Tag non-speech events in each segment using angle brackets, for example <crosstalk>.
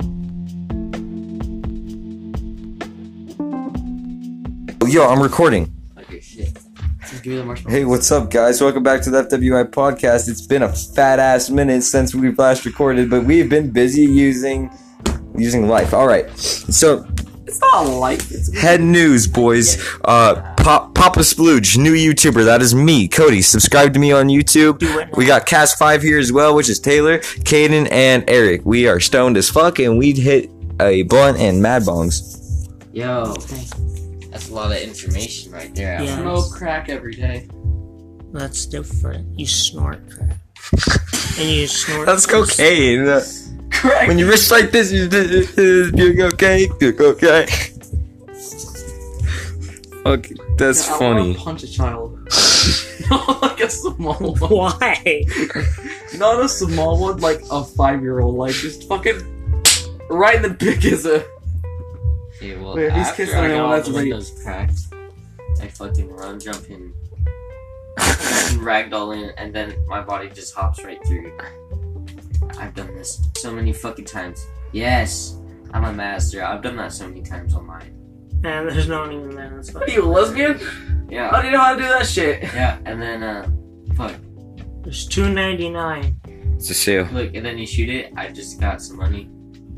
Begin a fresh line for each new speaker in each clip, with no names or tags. Oh, Yo, I'm recording.
Okay, shit. Just give me the marshmallow.
Hey, what's up, guys? Welcome back to the FWI podcast. It's been a fat ass minute since we last recorded, but we've been busy using using life. All right, so
It's not life. It's
head news, boys. Uh, Pop, Papa Splooge, new YouTuber. That is me, Cody. Subscribe to me on YouTube. We got Cast Five here as well, which is Taylor, Caden, and Eric. We are stoned as fuck, and we hit a blunt and mad bongs.
Yo,
That's a lot of information right there.
Yeah.
smoke crack every day.
That's different. You snort crack. and you
<laughs>
snort.
That's cocaine.
Crack.
When you wrist like this, you do okay, you okay. Okay, that's
I wanna
funny.
punch a child. <laughs> not like a small one.
<laughs> Why?
Not a small one, like a five-year-old. Like just fucking right in the dick is a. <laughs>
Okay, well,
Wait, if he's
after
kissing
I
anyone,
got all
that's
the
rape.
windows cracked, I fucking run, jump in, <laughs> and ragdoll in, and then my body just hops right through. I've done this so many fucking times. Yes, I'm a master. I've done that so many times online.
And there's no one even there. That's
What are
why.
you, a lesbian? How
Yeah,
do you know how to do that shit?
yeah, and then uh, fuck,
There's two ninety nine.
It's a sale.
look, and then you shoot it. I just got some money.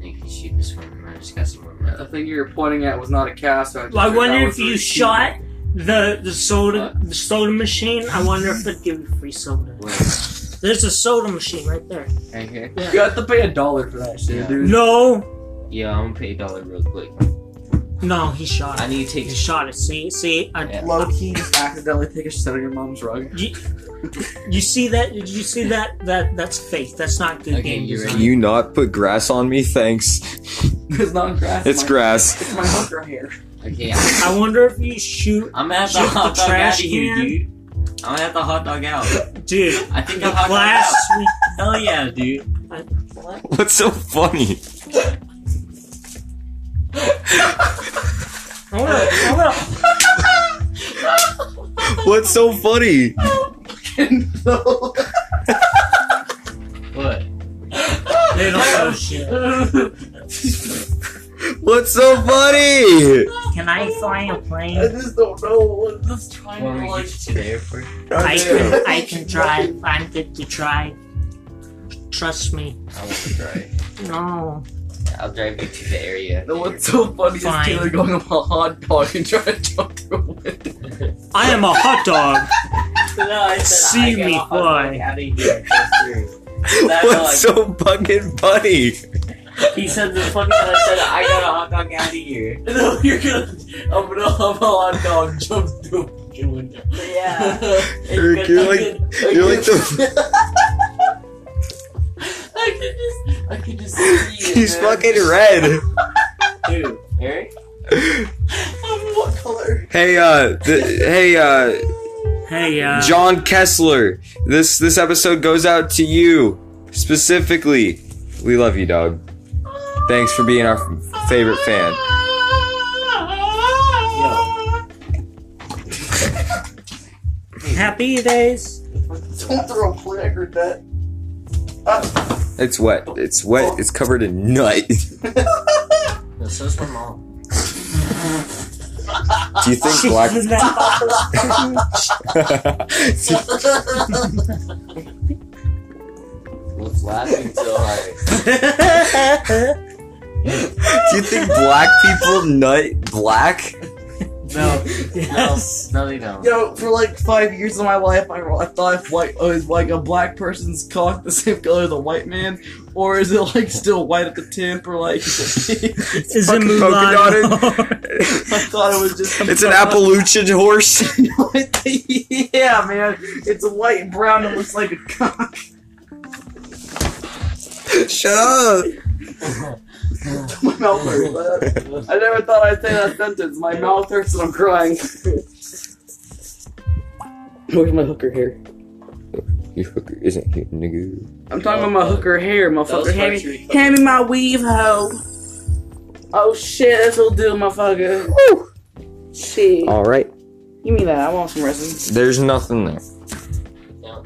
And you can shoot this one, and I just got some money.
The thing you were pointing at was not a cast. so I just
Well, I
figured
wonder
that
if
was
you
really
shot the the soda the soda machine. I wonder if they'd give you free soda.
Wait,
There's a soda machine right there.
right here.
cheap. You have to pay a dollar for that shit,
Yeah.
dude.
No,
Yeah, I'm gonna pay a dollar real quick.
no, he shot
I
it.
need to take
He
a
shot it. See, see, I,
Yeah.
Low key, just accidentally take a shit on your mom's rug. <laughs>
you, you see that? Did you see that? That that's fake. That's not good
Okay,
game
you
design.
Can you not put grass on me? Thanks.
It's not grass.
It's
my-
grass.
<laughs> It's my hunker hair.
Okay, I'm
I wonder if you shoot,
I'm gonna have the
Shoot the
hot dog
trash
out of here,
can.
dude. I'm gonna have the hot dog out.
dude.
I think
The
I'm hot
class we
dog out. Hell yeah, dude.
What's so funny?
Hold up, hold up.
What's so funny?
no.
What?
They don't know shit.
What's so funny?
Can I fly a plane?
I just don't know what this
When
triangle
we
like.
get to the airport.
I can, I can drive. I'm good to drive. Trust me.
I want to drive.
No.
I'll drive you to the area.
No, what's so funny
Fine.
is Taylor going up a hot dog and trying to jump through a window.
I am a hot dog.
no, I
said I See got me a hot dog fly.
Out of here.
What's so fucking funny?
he said the funny that I said I got a hot dog out of here.
<laughs> No, you're gonna. I'm gonna have a hot dog jump through a fucking window.
Yeah.
Eric, you're like you're like the
<laughs> I can just. I can just see it.
he's
man.
fucking red.
Dude, Eric.
I'm what color?
Hey uh th- hey uh
Hey, uh,
John Kessler, this this episode goes out to you specifically. We love you, dog. Thanks for being our f- favorite fan.
Yo.
<laughs> happy days.
Don't throw a plate. I heard that.
It's wet. It's wet. It's covered in nut. <laughs> Do
No, so's my mom.
you
<laughs>
think black?
Isn't that-
<laughs>
What's laughing so hard?
Do you think black people nut black?
No.
<laughs> yes.
No, they don't.
You know, for like five years of my life, I, I thought if white uh, is like a black person's cock the same color as a white man, or is it like still white at the tip, or like I
Is it
Fucking polka
Mulan?
thought it was just.
It's
<laughs>
an Appalachian horse. <laughs>
yeah, man, it's white and brown and looks like a cock.
Shut up.
My mouth
<laughs>
hurts. I never thought I'd say that sentence. My mouth hurts and I'm crying. Where's my hooker hair?
Your hooker isn't here, nigga.
I'm talking about my hooker hair,
That
motherfucker.
was
Hand
country.
me, hand me my weave, hoe. Oh shit, this will do, motherfucker. Woo! Shit.
All right.
Give me that. I want some resin.
There's nothing there.
No.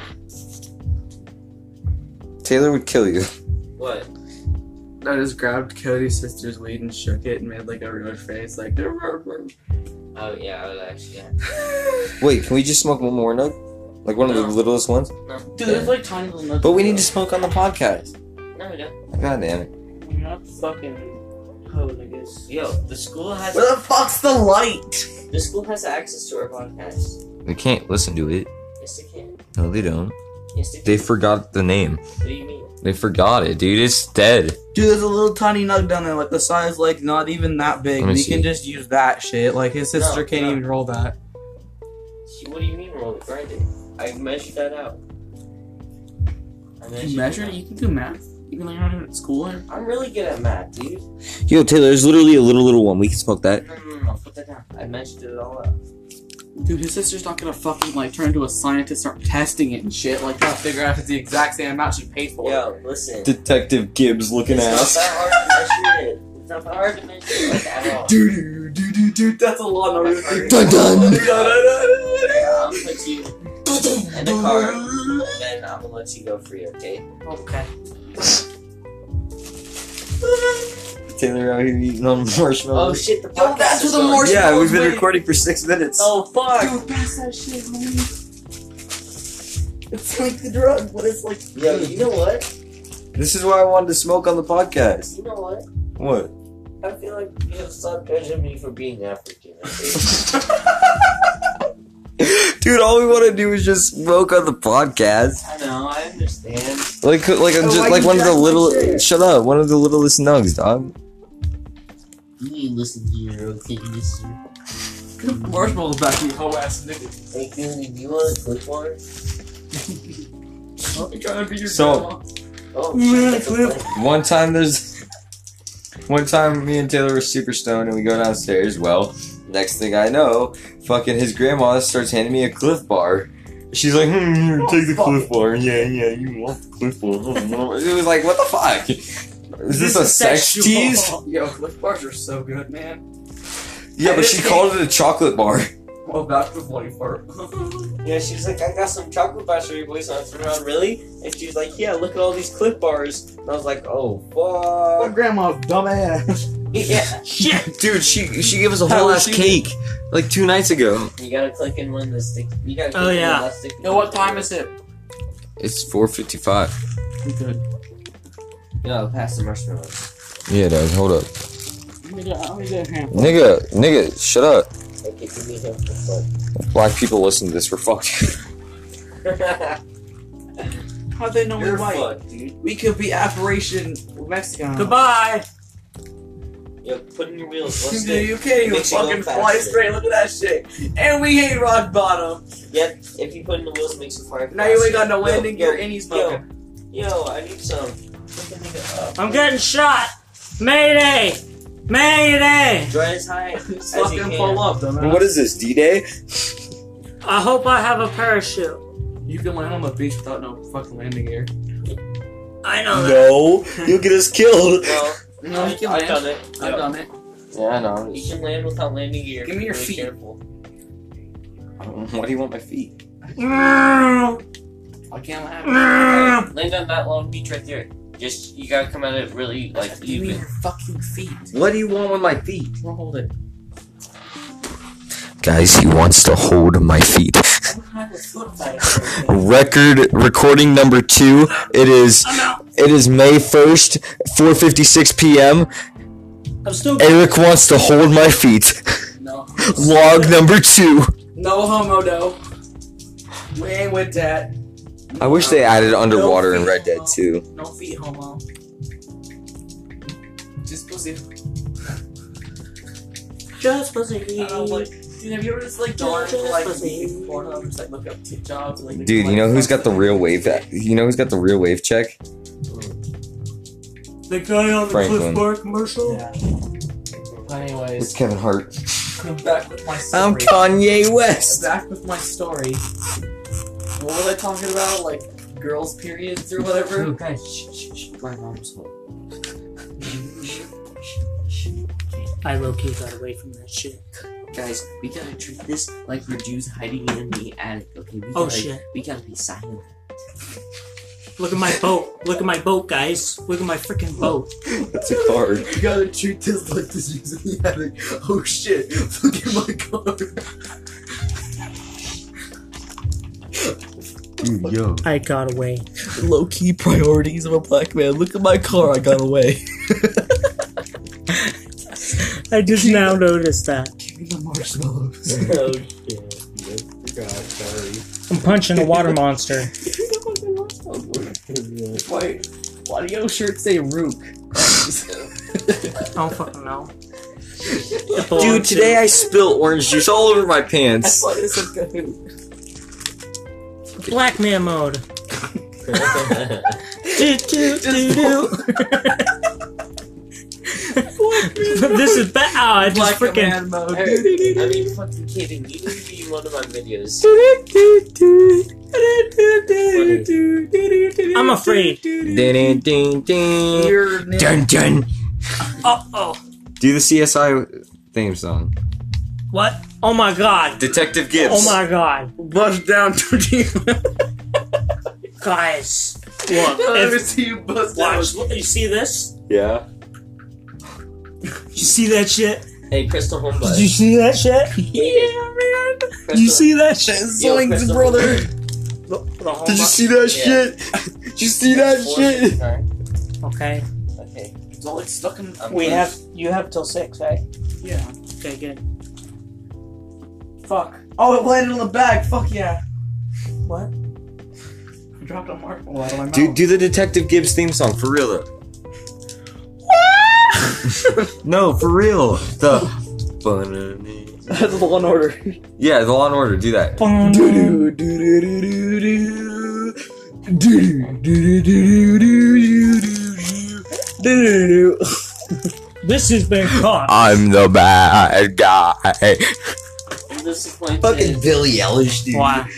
Taylor would kill you. <laughs>
What?
I just grabbed Cody's sister's weed and shook it and made like a road face, like.
Oh yeah, I would actually. Yeah.
Wait, can we just smoke one more nug? Like one of the
No.
littlest ones?
No,
Dude, there's like tiny little nuts.
But we need to smoke on the podcast.
no, we don't.
God damn it.
We're not fucking code, I guess.
Yo, the school has
Where the fuck's the light?
the school has access to our podcast.
We can't listen to it.
Yes, they can.
No, they don't.
Yes, they can.
They forgot the name.
What do you mean?
They forgot it, dude. It's dead.
Dude, there's a little tiny nug down there, like the size, like not even that big.
Let me
We
see.
can just use that shit. Like his sister
No,
can't
no.
even roll that.
She- What do you mean roll it? Grind it. I measured that out. I
You measured it? You can do math. Even though you're not even at school.
it. I'm really good at math,
<laughs>
dude.
Yo, Taylor, there's literally a little little one. We can smoke that.
No, no, no, no. Put that down. I measured it all out.
Dude, his sister's not gonna fucking like turn into a scientist, start testing it and shit. Like, trying to figure out if it's the exact same amount she paid for.
Yo, listen.
Detective Gibbs looking
it's
ass.
not that hard to measure it. It's not that hard to measure it like, at all.
Dude, dude, dude, dude, that's a lot. No,
That's hard.
Dun,
I'll put you in the car, and then I'm gonna let you go free, okay?
Okay.
<laughs> Taylor out here eating on
Oh
marshmallows.
shit, the
Yo,
podcast
that's
is
where the
going.
marshmallows
yeah, we've been
went.
recording for six minutes.
Oh fuck!
Dude, pass that shit, homie. <laughs> It's like the drug, but it's like.
Yo, you know what?
This is why I wanted to smoke on the podcast.
You know what?
What?
I feel like you have to stop judging me for being African.
<laughs>
Okay?
Dude, all we want to do is just smoke on the podcast.
I know, I understand.
Like, like I'm
Oh,
just
why
like
you
one of the
jack my
little.
shit?
Shut up! One of the littlest nugs, dog.
You ain't listen to your okay, mister.
Marshmallows back, you hoe ass nigga.
Hey, Cooney, do you want a clip bar?
I'll be trying to be your
So-
grandma.
Oh,
You
shit,
want a
that's
clip?
plan.
One time there's one time me and Taylor were super stoned and we go downstairs. Well, next thing I know, fucking his grandma starts handing me a cliff bar. She's like, hmm, here, take the cliff bar. Yeah, yeah, you want the cliff bar. <laughs> it was like, what the fuck? Is this, a sex
sexual-
tease?
Yo, Cliff bars are so good, man.
Yeah, but she called it a chocolate bar.
Well, that's the funny part.
Yeah, she's like, I got some chocolate bars for you boys. And I turned around, really? And she's like, Yeah, look at all these clip bars. And I was like, Oh, fuck.
grandma's dumbass.
<laughs> yeah.
Shit!
<laughs> Dude, she she gave us a
How
whole
was
ass
she?
cake like two nights ago.
You gotta click in one of the stick. You gotta click
Oh,
in
yeah.
one of the stick.
Yo, what time is it?
It's four fifty five.
Good.
Yo, pass the marshmallows.
Yeah, dog. Hold up,
I'm gonna get a ham.
nigga, nigga, shut up.
Okay, give me him <laughs> for
Black people listen to this. We're fucked.
fuck.
<laughs> How'd they know
You're
we're white?
fucked, dude.
We could be Apparition Mexican.
Goodbye!
Yo, put in your wheels. Let's
<laughs>
Dude,
do
you can't even
Makes you go
fucking
faster.
fly straight. Look at that shit. And we hate rock bottom.
Yep, if you put in the wheels, it makes you fire.
Now you ain't
faster.
got no
Yo,
landing
yo,
gear and he's fucking.
Yo, yo, I need some. Look at nigga up.
I'm getting shot! Mayday! Mayday!
Dry as <laughs> high as you
Fucking pull
can.
up,
<laughs>
dumbass.
What is this, D Day?
I hope I have a parachute.
You can land on the beach without no fucking landing gear.
I know that.
No, you'll get us killed.
Well,
No, you can
I've
land.
done it.
I've
Yo.
done it.
Yeah, I know.
You can land without landing gear.
Give me your
Be
feet.
Careful.
Why do you want my feet?
I can't land. <laughs>
Why
Land on that long beach right there. Just you gotta come at it really like
Give me
even.
your fucking feet.
What do you want with my feet?
Hold it.
Guys, he wants to hold my feet. <laughs>
I don't have a foot fight.
Record recording number two. It is it is May first, four fifty six p.m.
I'm still.
Eric wants to hold my feet.
No.
Log number two.
No homo, though. We ain't with that.
I wish they added underwater in Red Dead too.
No feet, homo. Just pussy.
Just pussy.
I
Oh,
don't like. Dude, have you ever just like gone to like Pornhub, just like look up tip jobs? Like,
Dude, you know who's got the real wave? You know who's got the real wave check?
The guy on the
Franklin.
Cliff Bar commercial?
Yeah.
It's
Anyways,
Kevin Hart.
I'm back with my story.
I'm Kanye West.
back with my story. What was I talking about? Like girls' periods or
<laughs>
whatever.
My mom's home.
I low key got away from that shit.
Guys, we gotta treat this like we're Jews hiding in the attic. Okay, we gotta,
Oh shit.
we gotta be silent.
Look at my boat. Look at my boat, guys. Look at my freaking boat.
That's a card.
You gotta treat this like this is in the attic. Oh shit, look at my car.
Dude, yo.
I got away.
Low key priorities of a black man. Look at my car, I got away.
I <laughs> just now noticed that.
Give me the marshmallows.
oh shit. God, sorry.
I'm punching a water monster.
<laughs> Give me the fucking marshmallows. Why, why do your shirt say Rook?
I don't fucking know.
Dude, today I spilled orange juice all over my
I
pants.
thought it
<laughs>
said Kahoot.
black man mode. Do,
<laughs>
do, do, do. <laughs> this is bad. Oh, I just
Black
freaking.
man mode.
Eric, I mean, fucking kidding. You need to be in one of my videos.
I'm afraid.
Dun, dun, dun,
Your name-
dun. Dun, dun.
Uh oh.
Do the CSI theme song.
What? Oh my god.
Detective Gibbs.
Oh my god.
Bust down to the.
Guys. Look.
I've never
If,
seen you bust down.
watch. Look, you see this?
Yeah.
You see that shit?
Hey, Crystal Homebud.
Did you see that shit?
Yeah,
Do you see that shit?
Yo,
Swings,
Crystal.
brother.
The, the whole
Did you
mu-
see that
Yeah.
shit? Did you see that shit?
okay.
Okay.
So it's stuck in.
I'm
We
good.
have. You have till six, right?
Yeah.
Okay, good. Fuck.
Oh, it landed on the bag. Fuck yeah.
What?
I dropped a marble out of my mouth.
Do do the Detective Gibbs theme song for real though. <laughs> no, for real. The
That's Law and <laughs> Order.
Yeah, the Law and Order. Do that.
Doo-doo. This has been caught.
I'm the bad guy.
I'm disappointed.
Billy Ellish, dude.
Why?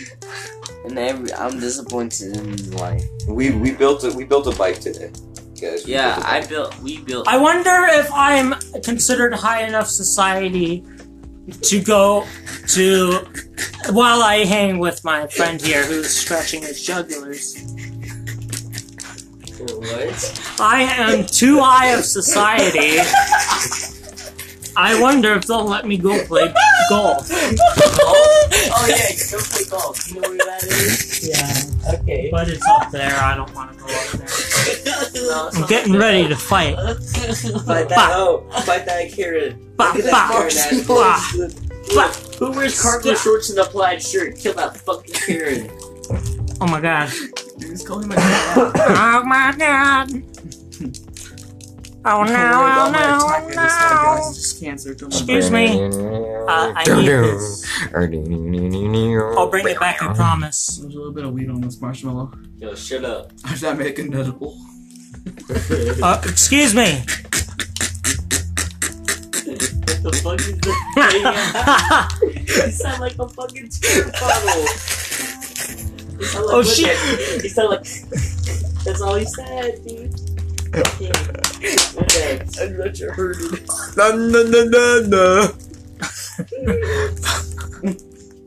And every, I'm disappointed in life.
We we built a we built a bike today, guys. we
Yeah,
built a bike.
I built. We built.
I wonder if I'm considered high enough society to go to while I hang with my friend here who's scratching his jugulars.
what?
I am too high of society. I wonder if they'll let me go play golf.
Oh yeah, you don't play golf. You know where that is?
Yeah.
Okay.
But it's up there. I don't want to go up there.
No, it's
I'm
not
getting
there.
ready to fight.
Fight that hoe. oh, Fight that carrot.
Bah,
Look at
bah,
that carrot.
bah, bah.
Who wears cargo
Yeah.
shorts and a plaid shirt? Kill that
<laughs>
fucking carrot.
Oh my god.
Dude's calling my dad.
Oh my god. Oh no, oh no, oh no.
Just cancer. Don't
<coughs> Excuse me. Uh, I need this. I'll bring it back,
<laughs>
I promise.
There's a little bit of weed on this <laughs> marshmallow.
Yo, shut up.
I'm not making it edible.
Uh, excuse me.
What the fuck is this thing? you sound like a fucking spirit bottle. You sound like
Oh,
Woodhead.
shit.
You sound like. That's all he said, dude. Fucking Woodhead.
I'm not sure heard it.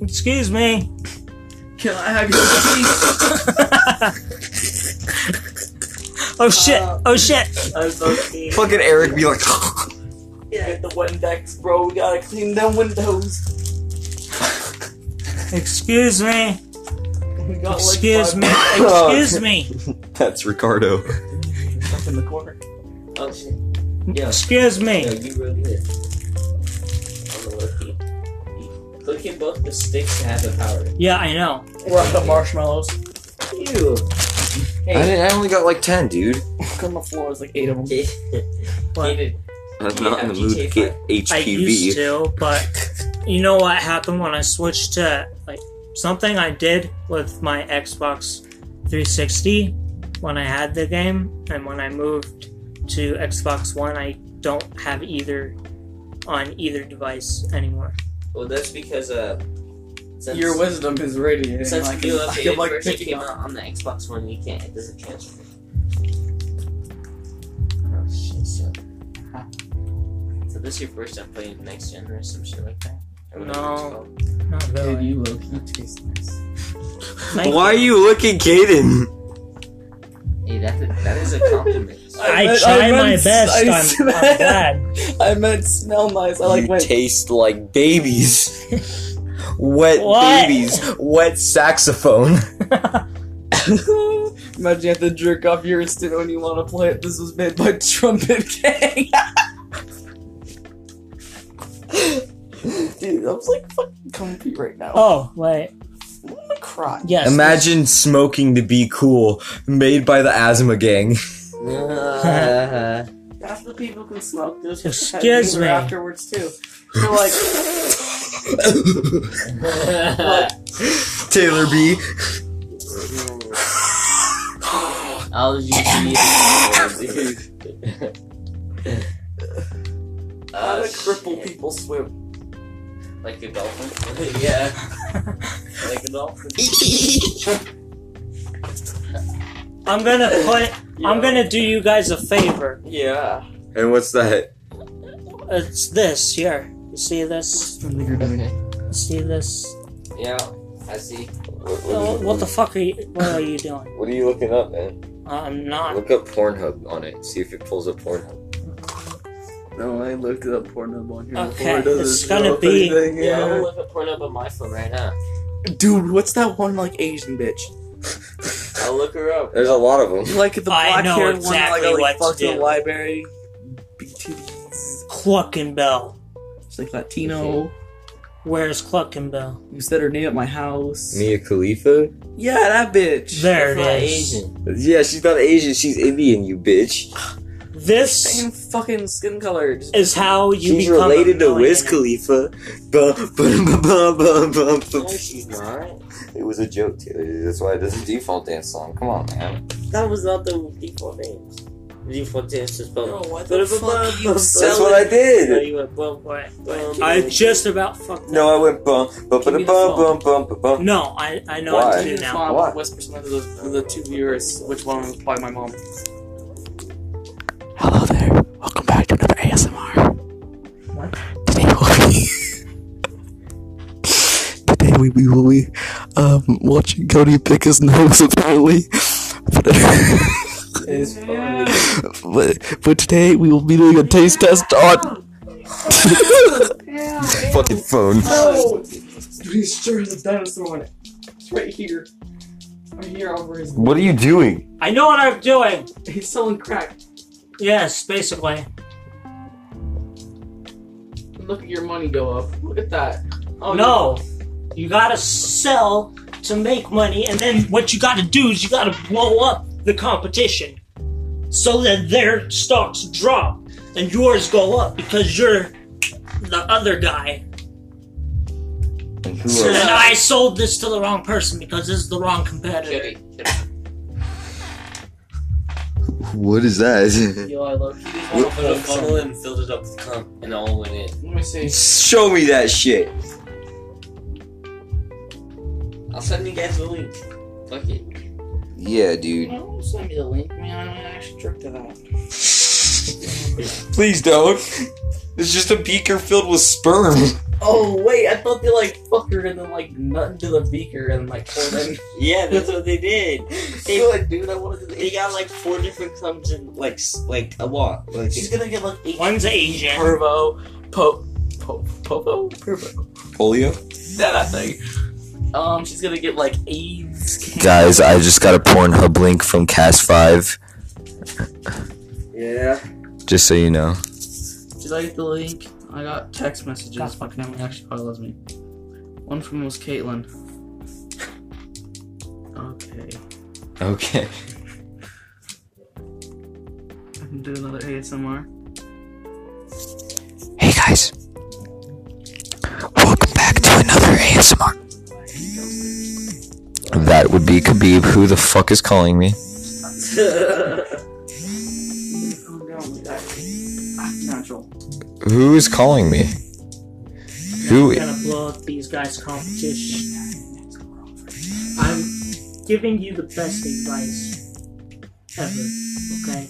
excuse me. <laughs>
Can I have your cheese?
Oh shit,
Uh,
oh shit.
I'm fucking.
Fucking Eric be like, <laughs>
Yeah,
the Windex, bro. We gotta clean them windows.
Excuse me.
We got like,
Excuse
five
me.
Oh.
Excuse me.
that's Ricardo.
Up in the corner.
Oh shit. Yeah.
Excuse
Yeah,
me.
you really did. On the low key. Clicking both the sticks to have the power.
Yeah, I know.
We're out of marshmallows.
Ew.
I,
Hey.
didn't- I only got like ten, dude.
Look on the floor. There's like eight of them.
<laughs>
But
David,
I'm
Yeah,
not in the mood to get
I used
HPV.
to, but you know what happened when I switched to like something I did with my Xbox 360 when I had the game, and when I moved to Xbox One, I don't have either on either device anymore.
Well, that's because uh, since,
Your wisdom is radiating.
since
I can,
new
I
updated
can like
version
pick it
came
up.
out on the Xbox One, you can't. It doesn't transfer. Oh shit! So, so this your first time playing next gen or some shit like that? Or whatever it's
No.
called.
Not
Dude,
really.
you low key taste nice.
Thank
Why are you looking, Caden?
Hey, that's a, that is a compliment. <laughs>
<laughs> I
meant-
try
I
my
meant-
best.
I
I'm, I'm <laughs>
meant-
glad.
I meant smell nice. I like
you
when
taste like babies.
<laughs>
Wet
What?
babies. Wet saxophone.
Imagine you have to jerk off your instant when you want to play it. This was made by Trumpet Gang. Dude, I was like fucking comfy right now.
Oh wait,
I'm gonna cry.
yes.
Imagine smoking to be cool, made by the Asthma Gang. <laughs>
Half the people can smoke this.
Excuse me.
Afterwards too. They're like,
I'll
Taylor B.
use
how do crippled people swim?
Like a dolphin? <laughs> yeah. Like a dolphin.
I'm gonna put. I'm gonna do you guys a favor.
Yeah.
And what's that?
It's this here. You see this? You see this?
Yeah, I see.
Oh, what the fuck are you? What are you doing?
What are you looking up, man?
I'm not.
Look up Pornhub on it. See if it pulls up Pornhub. <laughs>
No, I looked up Pornhub on here.
Okay, it's gonna be.
Yeah, I'm gonna look at Pornhub on my phone right now.
Dude, what's that one like Asian bitch?
I'll look her up.
There's a lot of them.
Like the
I
black
know
haired
exactly
one that like,
what
fucked
to
in
do.
the library. Big titties.
Cluckenbell.
She's like Latino.
Where's Cluckenbell?
Who said her name at my house?
Mia Khalifa?
Yeah, that bitch.
There
That's not
it is.
Asian.
Yeah, she's not Asian. She's Indian, you bitch.
Oh, This
Same fucking skin color. just-
is how you
she's
become
related
a
to Wiz
millionaire.
Khalifa. Bum, bum, bum, bum, bum, bum, bum.
No, she's not.
It was a joke, Taylor. That's why it doesn't default dance song. Come on, man.
That was not the default name. The default dance is spelled.
Bro, what the fuck you
That's what I
No,
did.
you went bum,
Wait,
bum,
I
bum.
just about fucked
No,
up.
I went bum, bum,
Give me
bum,
the
bum, bum, bum, bum.
No, I, I know
Why?
what
I
to do
didn't
now.
find
Why?
Whisper some of the, the two viewers, which one was probably my mom. <laughs>
Hello there. Welcome back to another ASMR.
What?
Today we'll be Today we, we will be um watching Cody pick his nose <laughs> apparently. But,
Is funny.
but but today we will be doing a taste test on
Fucking phone.
No! He's sure there's a dinosaur on it. It's right here. Right here over his.
What are you doing?
I know what I'm doing.
He's selling crack.
Yes, basically.
Look at your money go up. Look at that. Oh
no, you gotta sell to make money, and then what you gotta do is you gotta blow up the competition so that their stocks drop and yours go up because you're the other guy. And I sold this to the wrong person because this is the wrong competitor.
What is that?
Yo, I love you.
Put a funnel and filled it up with cum, and all went in.
Let me see.
Show me that shit.
I'll send you guys the link. Fuck it.
Yeah, dude.
Don't send me the link, man. I'm gonna actually jerk to that.
Please don't. It's just a beaker filled with sperm.
Oh wait, I thought they like fucked her and then like nut into the beaker and like poured in.
Yeah, that's what they did. They,
Good dude, I wanted
they got like four different clubs in like s- like a lot. Like, He's gonna get like eight.
One's Asian.
<laughs> Pervo, po, po, popo, Pervo.
Polio?
That I think. Um, she's gonna get like AIDS. cancer.
Guys, I just got a Pornhub link from Cast5,
Yeah.
just so you know.
Did I get the link? I got text messages. Fucking Emily actually probably loves me. One from was Caitlin. <laughs> Okay,
Okay.
I can do another ASMR.
Hey guys. Welcome back to another ASMR.
That would be Khabib. Who the fuck is calling me?
Oh no, that's natural.
Who is calling me? Who?
I'm gonna blow up these guys' competition. I'm giving you the best advice ever, okay?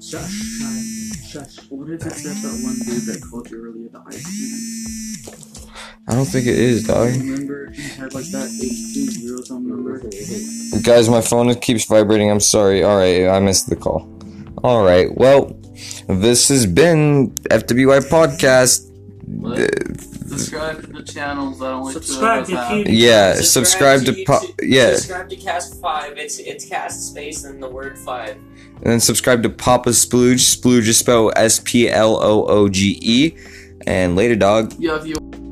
Shush, shy, shush.
What if it's just that one dude that called you earlier the ice
I don't think it is, dog.
Remember, you had like that 18 year old number.
Guys, my phone keeps vibrating. I'm sorry. All right, I missed the call. All right. Well, this has been FWI podcast.
Subscribe to the channels that only
Subscribe
two of us
if you-
have.
Yeah, subscribe, to, po-
YouTube-
yeah,
Subscribe to Cast Five. It's it's Cast Space and the word Five.
and then subscribe to Papa Splooge. Splooge is spelled S P L O O G E. And later, dog.
Yeah, if you